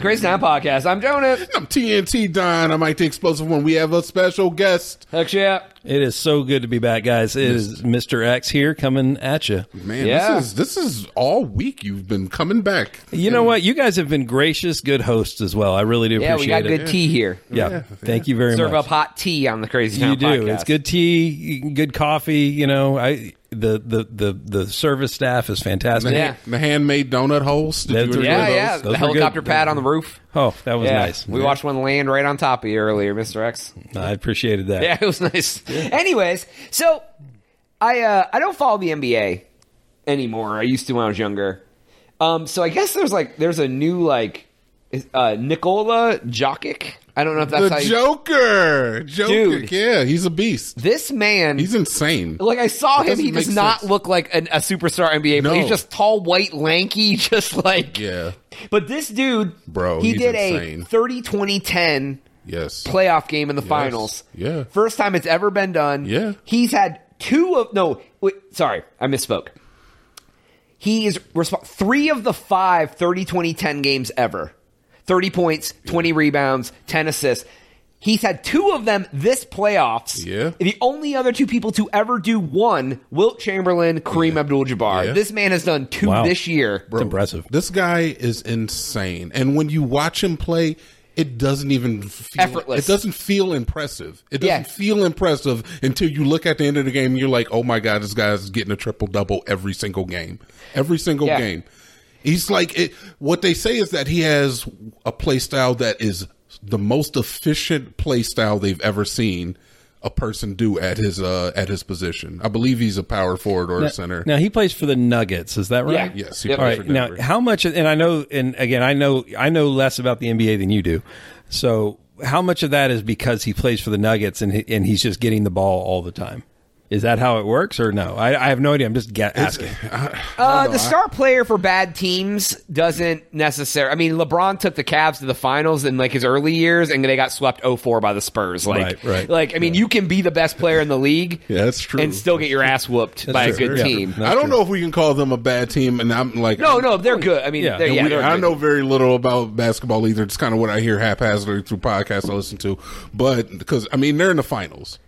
Crazy Town Podcast. I'm Jonas. I'm TNT Don. I'm Mike the Explosive One. We have a special guest. Heck yeah. It is so good to be back, guys. It is Mr. X here coming at you. Man, Yeah. this is this is all week you've been coming back. You know what? You guys have been gracious, good hosts as well. I really do Yeah, we appreciate got it. good tea here. yeah. thank you very Serve much. up hot tea on the Crazy Town you do. Podcast. It's good tea, good coffee. You know, I the the the the service staff is fantastic. Yeah. The handmade donut holes. Did That's you right. enjoy Yeah, Those- yeah. those the were helicopter good. pad on the roof. Oh, that was Yeah. nice. We watched one land right on top of you earlier, Mr. X. I appreciated that. Yeah, it was nice. Anyways, so I uh, I don't follow the NBA anymore. I used to when I was younger. Um, so I guess there's like there's a new like is- uh, Nikola Jokic. I don't know if that's The how you, Joker. Joker. Dude. Yeah, he's a beast. this man. He's insane. like I saw It him, doesn't he does make not sense. look like an, a superstar NBA. No. player. He's just tall, white, lanky, just like. Yeah. But this dude, Bro, he he's did a insane. 30-20-10 Yes. playoff game in the finals. Yeah. First time it's ever been done. Yeah. He's had two of no, wait, sorry, I misspoke. He is resp- 3 of the 5 30 20 10 games ever. 30 points, 20 rebounds, 10 assists. He's had two of them this playoffs. Yeah. The only other two people to ever do one, Wilt Chamberlain, Kareem Abdul-Jabbar. Yeah. This man has done two Wow. this year. It's impressive. This guy is insane. And when you watch him play, it doesn't even feel Effortless. It doesn't feel impressive. It doesn't Yeah. feel impressive until you look at the end of the game and you're like, oh my God, this guy's getting a triple double every single game. Every single Yeah. game. He's like, it, what they say is that he has a play style that is the most efficient play style they've ever seen a person do at his uh, at his position. I believe he's a power forward or a center. Now he plays for the Nuggets. Is that right? Yeah. Yes, he Yep. All plays right. for Now, Denver. how much? And I know. And again, I know. I know less about the NBA than you do. So, how much of that is because he plays for the Nuggets and he, and he's just getting the ball all the time? Is that how it works, or no? I, I have no idea. I'm just ga- asking. Uh, the star player for bad teams doesn't necessarily. I mean, LeBron took the Cavs to the finals in like his early years, and they got swept 0-4 by the Spurs. Like, Right, right. like I mean, you can be the best player in the league, Yeah, that's true. and still get your ass whooped by true. a good Yeah. team. No. I don't know if we can call them a bad team, and I'm like, No, no, they're good. I mean, Yeah. they're, And yeah, we- they're I good. know very little about basketball either. It's kind of what I hear haphazardly through podcasts I listen to, but because I mean they're in the finals.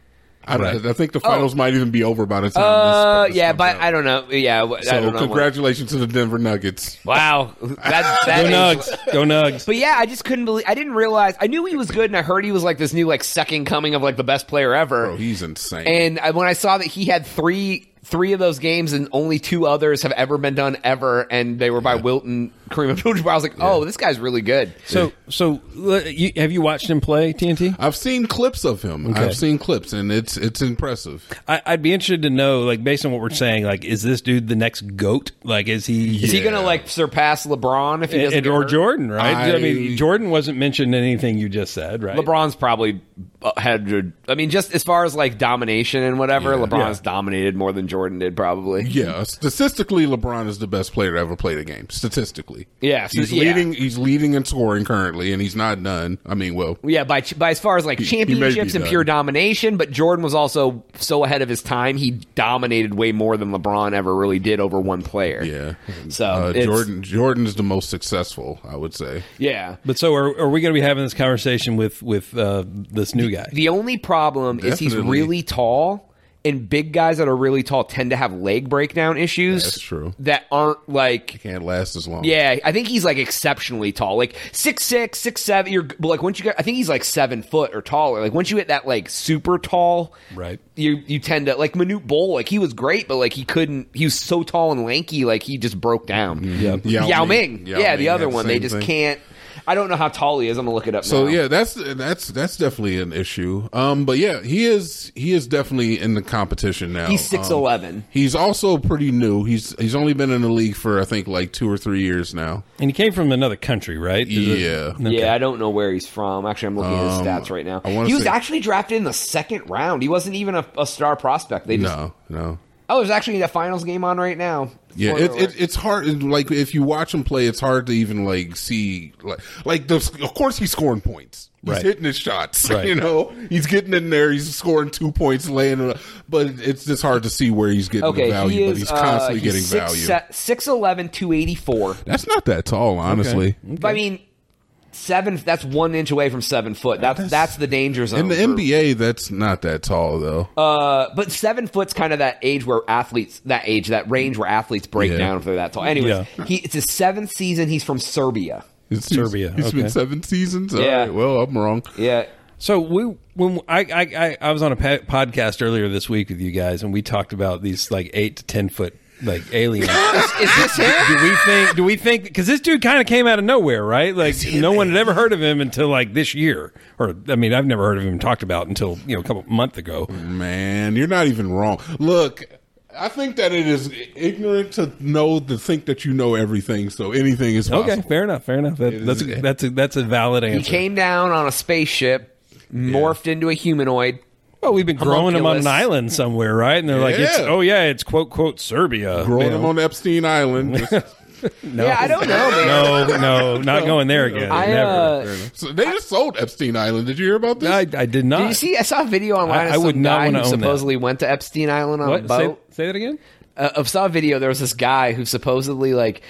I, don't- Right. I think the finals might even be over by the time. Oh. Uh, this, yeah, comes but out. I don't know. Yeah, wh- I so don't know. congratulations to the Denver Nuggets. Wow, that, Go that is- Nugs. Go Nugs. But yeah, I just couldn't believe. I didn't realize. I knew he was good, and I heard he was like this new like second coming of like the best player ever. Bro, he's insane. And I, when I saw that he had three three of those games and only two others have ever been done ever, and they were by Wilton Kareem Abdul-Jabbar, I was like, oh, this guy's really good. So, so uh, you, have you watched him play TNT? I've seen clips of him. I've seen clips, and it's it's impressive. I, I'd be interested to know, like, based on what we're saying, like, is this dude the next goat? Like, is he? Is he gonna like surpass LeBron if he doesn't? and, get or hurt? Jordan, right? I, I- mean, Jordan wasn't mentioned in anything you just said, right? LeBron's probably uh, had. I mean, just as far as like domination and whatever, LeBron's dominated more than Jordan did, probably. Yeah, uh, statistically, LeBron is the best player to ever play the game. Statistically, Yeah, so- he's yeah. leading. He's leading in scoring currently, and he's not done. I mean, well, Yeah, by by as far as like he may be championships and done. pure domination, but Jordan was also so ahead of his time. He dominated way more than LeBron ever really did over one player. yeah. So uh, it's- Jordan Jordan's the most successful, I would say. yeah. But so are, are we going to be having this conversation with with uh, this new guy? The only problem is he's Definitely. really tall, and big guys that are really tall tend to have leg breakdown issues. That's true. That aren't like. Can't last as long. Yeah, I think he's like exceptionally tall, like six six, six seven. You're but, like once you get, I think he's like seven foot or taller. Like once you hit that like super tall, Right. You you tend to like Manute Bowl, like he was great, but like he couldn't. He was so tall and lanky, like he just broke down. Yeah, Mm-hmm. Yao Yao, Ming. Ming. Yao yeah, Ming the other had the one. They same just thing. can't. I don't know how tall he is. I'm gonna look it up. So now. yeah, that's that's that's definitely an issue. Um, but yeah, he is he is definitely in the competition now. He's Um, 6'11". he's also pretty new. He's he's only been in the league for I think like two or three years now. And he came from another country, right? Is it- Yeah. Okay. Yeah, I don't know where he's from. Actually, I'm looking at his Um, stats right now. I wanna He was say- actually drafted in the second round. He wasn't even a, a star prospect. They just No, no. oh, there's actually that finals game on right now. Yeah, Spoiler it, alert. it, it's hard. Like if you watch him play, it's hard to even like see like like the, of course he's scoring points. He's Right. hitting his shots. Right. You know, he's getting in there. He's scoring two points, laying. It up, but it's just hard to see where he's getting okay. the value. he is but he's constantly uh, getting he's value. six, se- 6'11", 284. That's not that tall, honestly. But I mean, seven. That's one inch away from seven foot. That's that's, the danger zone. In the for- NBA, that's not that tall though. uh, but seven foot's kind of that age where athletes that age that range where athletes break Yeah. down if they're that tall. Anyways, Yeah. he it's his seventh season. He's from Serbia. He's- Serbia, he's been okay. seven seasons. All Yeah. right, well, I'm wrong. Yeah, So we when I I, I, I was on a pa- podcast earlier this week with you guys, and we talked about these like eight to ten foot like aliens. is this him? do we think? Do we think? Because this dude kind of came out of nowhere, right? Like no one had ever heard of him until like this year, or I mean, I've never heard of him talked about until you know a couple month ago. Man, you're not even wrong. Look, I think that it is ignorant to know to think that you know everything, so anything is possible. Okay, fair enough, fair enough. That, that's a, that's a, that's a valid He answer. came down on a spaceship, morphed into a humanoid. Well, we've been growing him on homunculus. an island somewhere, right? And they're like, it's, Yeah. oh yeah, it's quote quote Serbia. Growing You him know? on Epstein Island. Just- no. Yeah, I don't know, man. No, no, not going there again. I, Never. uh, so they just sold Epstein Island. Did you hear about this? I, I did not. Did you see? I saw a video online. I- of I some would not guy wanna who own that. supposedly went to Epstein Island on a what? Say, boat. say that again. Uh, I saw a video. There was this guy who supposedly like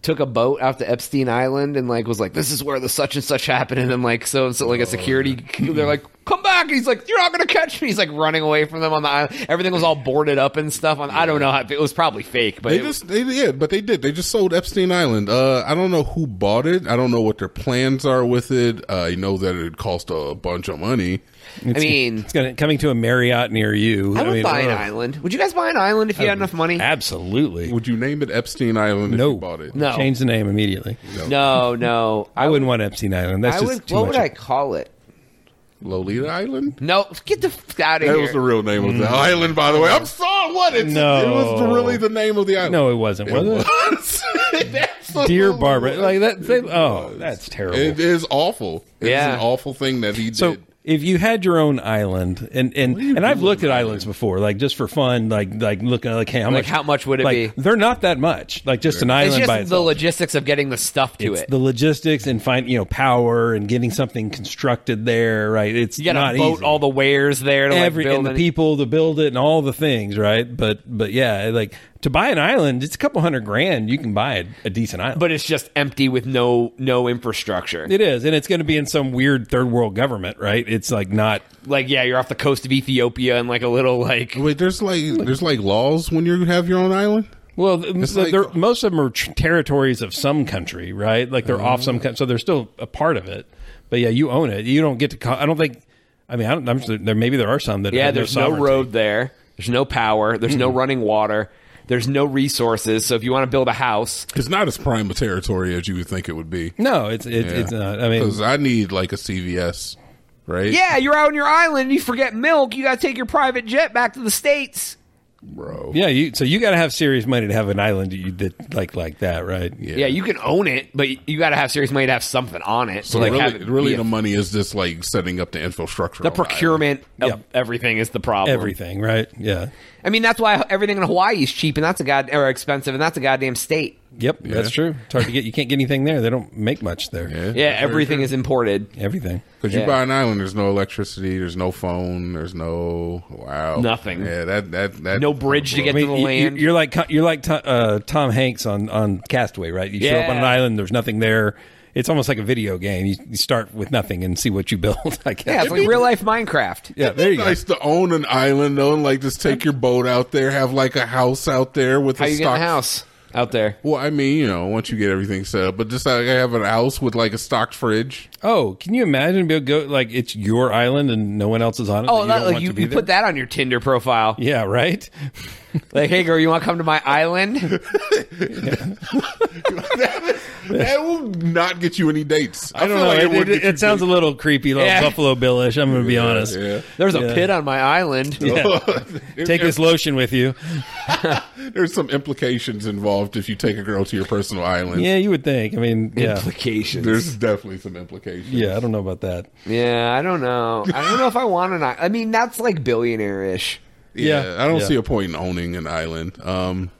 took a boat out to Epstein Island and like was like, "This is where the such and such happened." And then like so and so like a security, Oh. they're like, "Come back!" And he's like, "You're not gonna catch me." He's like running away from them on the island. Everything was all boarded up and stuff. On I don't know. How, it was probably fake, but They it- just they yeah, but they did. They just sold Epstein Island. Uh, I don't know who bought it. I don't know what their plans are with it. Uh, I know that it cost a bunch of money. I mean, It's gonna, coming to a Marriott near you. I would mean, uh, buy an ugh. island. Would you guys buy an island if you had enough money? Absolutely. Would you name it Epstein Island if no. you bought it? No. Change the name immediately. No, no. I wouldn't want Epstein Island. That's I just would. too What much. would I call it? Lolita Island? No, get the f- out of That here. was the real name of the island, by the way. I'm sorry, what? It's, Mm. No. It was really the name of the island. No, it wasn't. It Was it? was. It absolutely Dear Barbara, was. like that. They, oh, that's terrible. It is awful. It's Yeah. an awful thing that he so did. if you had your own island, and and, and I've looked at islands before, like just for fun, like like looking like hey, how Like, much how much would it like, be? They're not that much. Like just an It's island just by the itself. logistics of getting the stuff to It's it. the logistics and find you know power and getting something constructed there. Right? It's you got not to boat easy. all the wares there to every like build and the any- people to build it and all the things, right? But but yeah, like to buy an island, it's a couple hundred grand. You can buy a, a decent island. But it's just empty with no no infrastructure. it is, and it's going to be in some weird third world government, right? It's like not. like yeah, you're off the coast of Ethiopia and like a little like Wait, there's like there's like laws when you have your own island. Well, th- like- they're, most of them are tr- territories of some country, right? Like they're off Mm-hmm. some, coun- so they're still a part of it. But yeah, you own it. You don't get to. Co- I don't think. I mean, I don't, I'm sure there maybe there are some that yeah. have There's no, no sovereignty. road there. There's no power. There's no running water. There's no resources. So if you want to build a house, It's not as prime a territory as you would think it would be. No, it's it, it's not. I mean, Because I need like a CVS, right? yeah, you're out on your island. You forget milk. You got to take your private jet back to the states. bro. yeah. You so you got to have serious money to have an island that you that like like that, right? Yeah, you can own it, but you got to have serious money to have something on it. So like have really, it really, be a- the money is just like setting up the infrastructure. the on island. procurement of Yeah. everything is the problem. everything, right? Yeah. I mean, that's why everything in Hawaii is cheap, and that's a god or expensive, and that's a goddamn state. Yep, that's true. It's hard to get. You can't get anything there. They don't make much there. Yeah, everything is imported. Everything. Because Yeah. you buy an island, there's no electricity, there's no phone, there's no wow, Nothing. Yeah, that that that No bridge to get I mean, to the you- land. You, are like you're like Tom, uh, Tom Hanks on on Castaway, right? You show up on an Yeah. island. There's nothing there. It's almost like a video game. You, you start with nothing and see what you build. I guess. yeah, it's like real life Minecraft. Yeah, there you go. Nice to own an island, though, and like just take your boat out there, have like a house out there with How a you stock. getting a house out there? Well, I mean, you know, once you get everything set up, but just like I have an house with like a stocked fridge. Oh, can you imagine? Be go like it's your island and no one else is on it. that Oh, you that- don't like want you, to be you there? put that on your Tinder profile. Yeah, right. Like, hey girl, you want to come to my island? That will not get you any dates. I feel don't know. like would it, get it, you it sounds a little creepy, a little Yeah. Buffalo Billish. I'm going to be honest. Yeah. There's a Yeah. pit on my island. There- Take this lotion with you. There's some implications involved if you take a girl to your personal island. Yeah, you would think. I mean, yeah, Implications. There's definitely some implications. yeah. I don't know about that. yeah, I don't know. I don't know if I want to. I mean, that's like billionaire ish. Yeah, Yeah. I don't Yeah. see a point in owning an island. Um,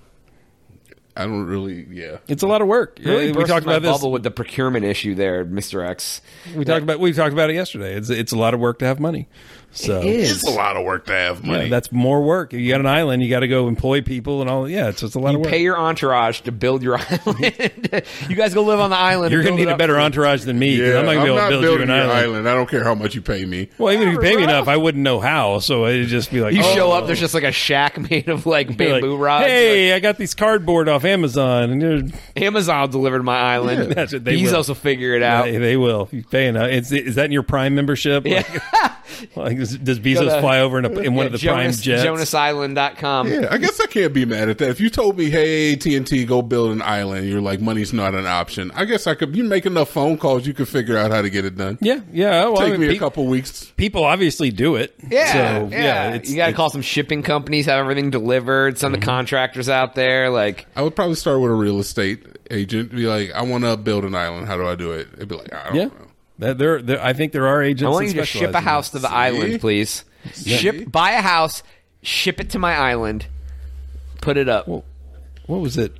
I don't really. Yeah, It's a lot of work. Really Yeah, we burst talked my about this. bubble with the procurement issue there, Mister X. We talked about we talked about it yesterday. It's it's a lot of work to have money. So It is. It's a lot of work to have money. yeah, that's more work. If you got an island, you got to go employ people and all. Yeah, it's just a lot of work. Pay your entourage to build your island. you guys go live on the island. You're and going build it to need a up. better entourage than me. 'cause Yeah, I'm not going to be able to build you building an your island. I don't care how much you pay me. Well, even if you pay me Alright. enough, I wouldn't know how. So it'd just be like, You oh, show up, there's just like a shack made of like be like, bamboo rods. Hey, I got these cardboard off Amazon, and they're, Like, Amazon delivered my island. That's what they He's will. also figure it out. they, they will. If you pay enough. It's, is that in your Prime membership? Yeah. Like, like, does, does Bezos Gotta- fly over in, a, in one Yeah, of the Jonas, Prime jets? JonasIsland.com. Yeah, I guess I can't be mad at that. If you told me, "Hey, TNT, go build an island," you're like, "Money's not an option." I guess I could. You make enough phone calls, you could figure out how to get it done. Yeah, yeah. Well, I Take mean, me pe- a couple weeks. People obviously do it. Yeah, So, yeah. it's, Mm-hmm. you got to call some shipping companies, have everything delivered, send the contractors out there. Like, I would probably start with a real estate agent. Be like, "I want to build an island. How do I do it?" It'd be like, "I don't yeah. know." That- There, there, I think there are agents. I want that you to ship specialize a in that. house to the island, please. Ship, buy a house, ship it to my island, put it up. what was it?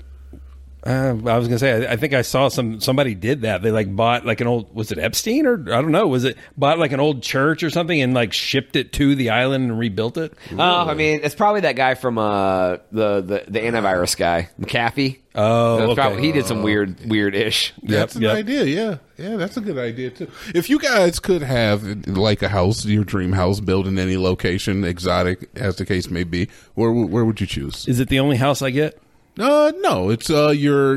Uh, I was gonna say I, I think I saw some somebody did that. They like bought like an old was it Epstein or I don't know was it bought like an old church or something and like shipped it to the island and rebuilt it. Oh, I mean, it's probably that guy from uh, the, the the antivirus guy, McAfee. Oh, That's okay. probably- he did some weird weird ish. That's Yep, an yep. idea. Yeah, yeah, that's a good idea too. If you guys could have like a house, your dream house, built in any location, exotic as the case may be, where w- where would you choose? Is it the only house I get? Uh, no, it's uh your,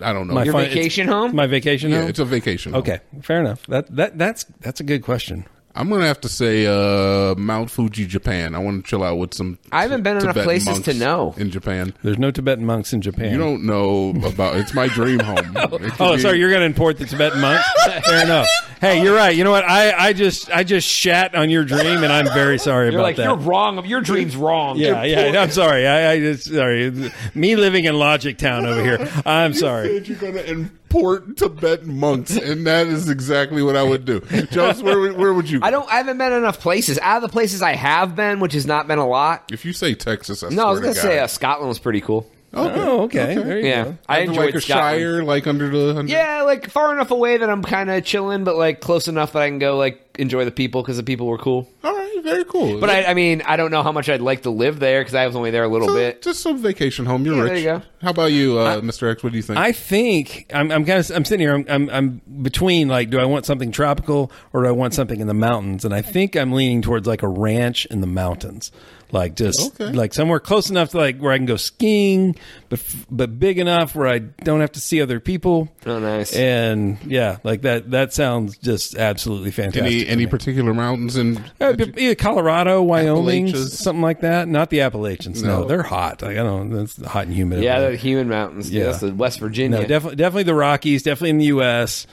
I don't know. My Your fin- it's- vacation home? My vacation yeah, home. it's a vacation. home. okay, fair enough. That that that's that's a good question. I'm gonna have to say uh, Mount Fuji, Japan. I want to chill out with some. I haven't been enough Tibetan places monks to know. in Japan. There's no Tibetan monks in Japan. You don't know about. It's my dream home. It could Oh, be- sorry. You're going to import the Tibetan monks. Fair enough. Hey, you're right. You know what? I, I just I just shat on your dream, and I'm very sorry You're about like that. you're wrong. Your dream's wrong. Yeah, yeah. I'm sorry. I, I just sorry. Me living in Logic Town over here. I'm sorry. Said you're going to import Tibetan monks, and that is exactly what I would do. Jones, where would- where would you? I don't. I haven't been enough places. Out of the places I have been, which has not been a lot. If you say Texas, I No, I was swear gonna to say uh, God. Scotland was pretty cool. Okay. Oh, okay. There you Yeah, go. I Under, enjoyed like a Scotland. shire, like under the under, Yeah, like far enough away that I'm kind of chilling, but like close enough that I can go like enjoy the people because the people were cool. All right, very cool. But I, I mean, I don't know how much I'd like to live there because I was only there a little So, bit. just some vacation home. You're Yeah, rich. there you go. How about you, uh, Mr. X? What do you think? I think I'm, I'm kind of I'm sitting here. I'm, I'm I'm between like, do I want something tropical or do I want something in the mountains? And I think I'm leaning towards like a ranch in the mountains, like just Okay. like somewhere close enough to like where I can go skiing, but f- but big enough where I don't have to see other people. Oh, nice. And yeah, like that. That sounds just absolutely fantastic. any to any me. particular mountains and Uh, b- either Colorado, Wyoming, Appalachias. something like that. Not the Appalachians. No, No. they're hot. Like, I don't. That's hot and humid. Yeah, over the there. human mountains. Yeah, Yeah. that's the West Virginia. no, definitely, definitely the Rockies. Definitely in the U.S.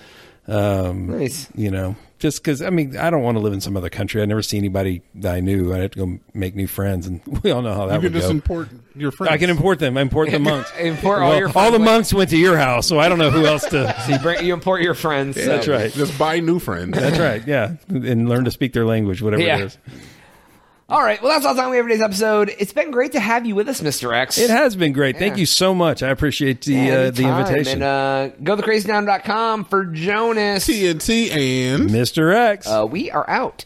Um, Nice. You know, just because I mean, I don't want to live in some other country. I never see anybody that I knew. I would have to go make new friends, and we all know how that you would can just go. import your friends. I can import them. I import the monks. Import all your all the friends. monks went to your house, so I don't know who else to. you, bring, you import your friends. so- That's right. Just buy new friends. That's right. Yeah, and learn to speak their language, whatever Yeah. it is. All right. Well, that's all the time we have for today's episode. It's been great to have you with us, Mr. X. It has been great. Thank Yeah. you so much. I appreciate the uh, the Anytime. invitation. And uh, go to crazydown.com for Jonas. TNT and Mr. X. Uh, we are out.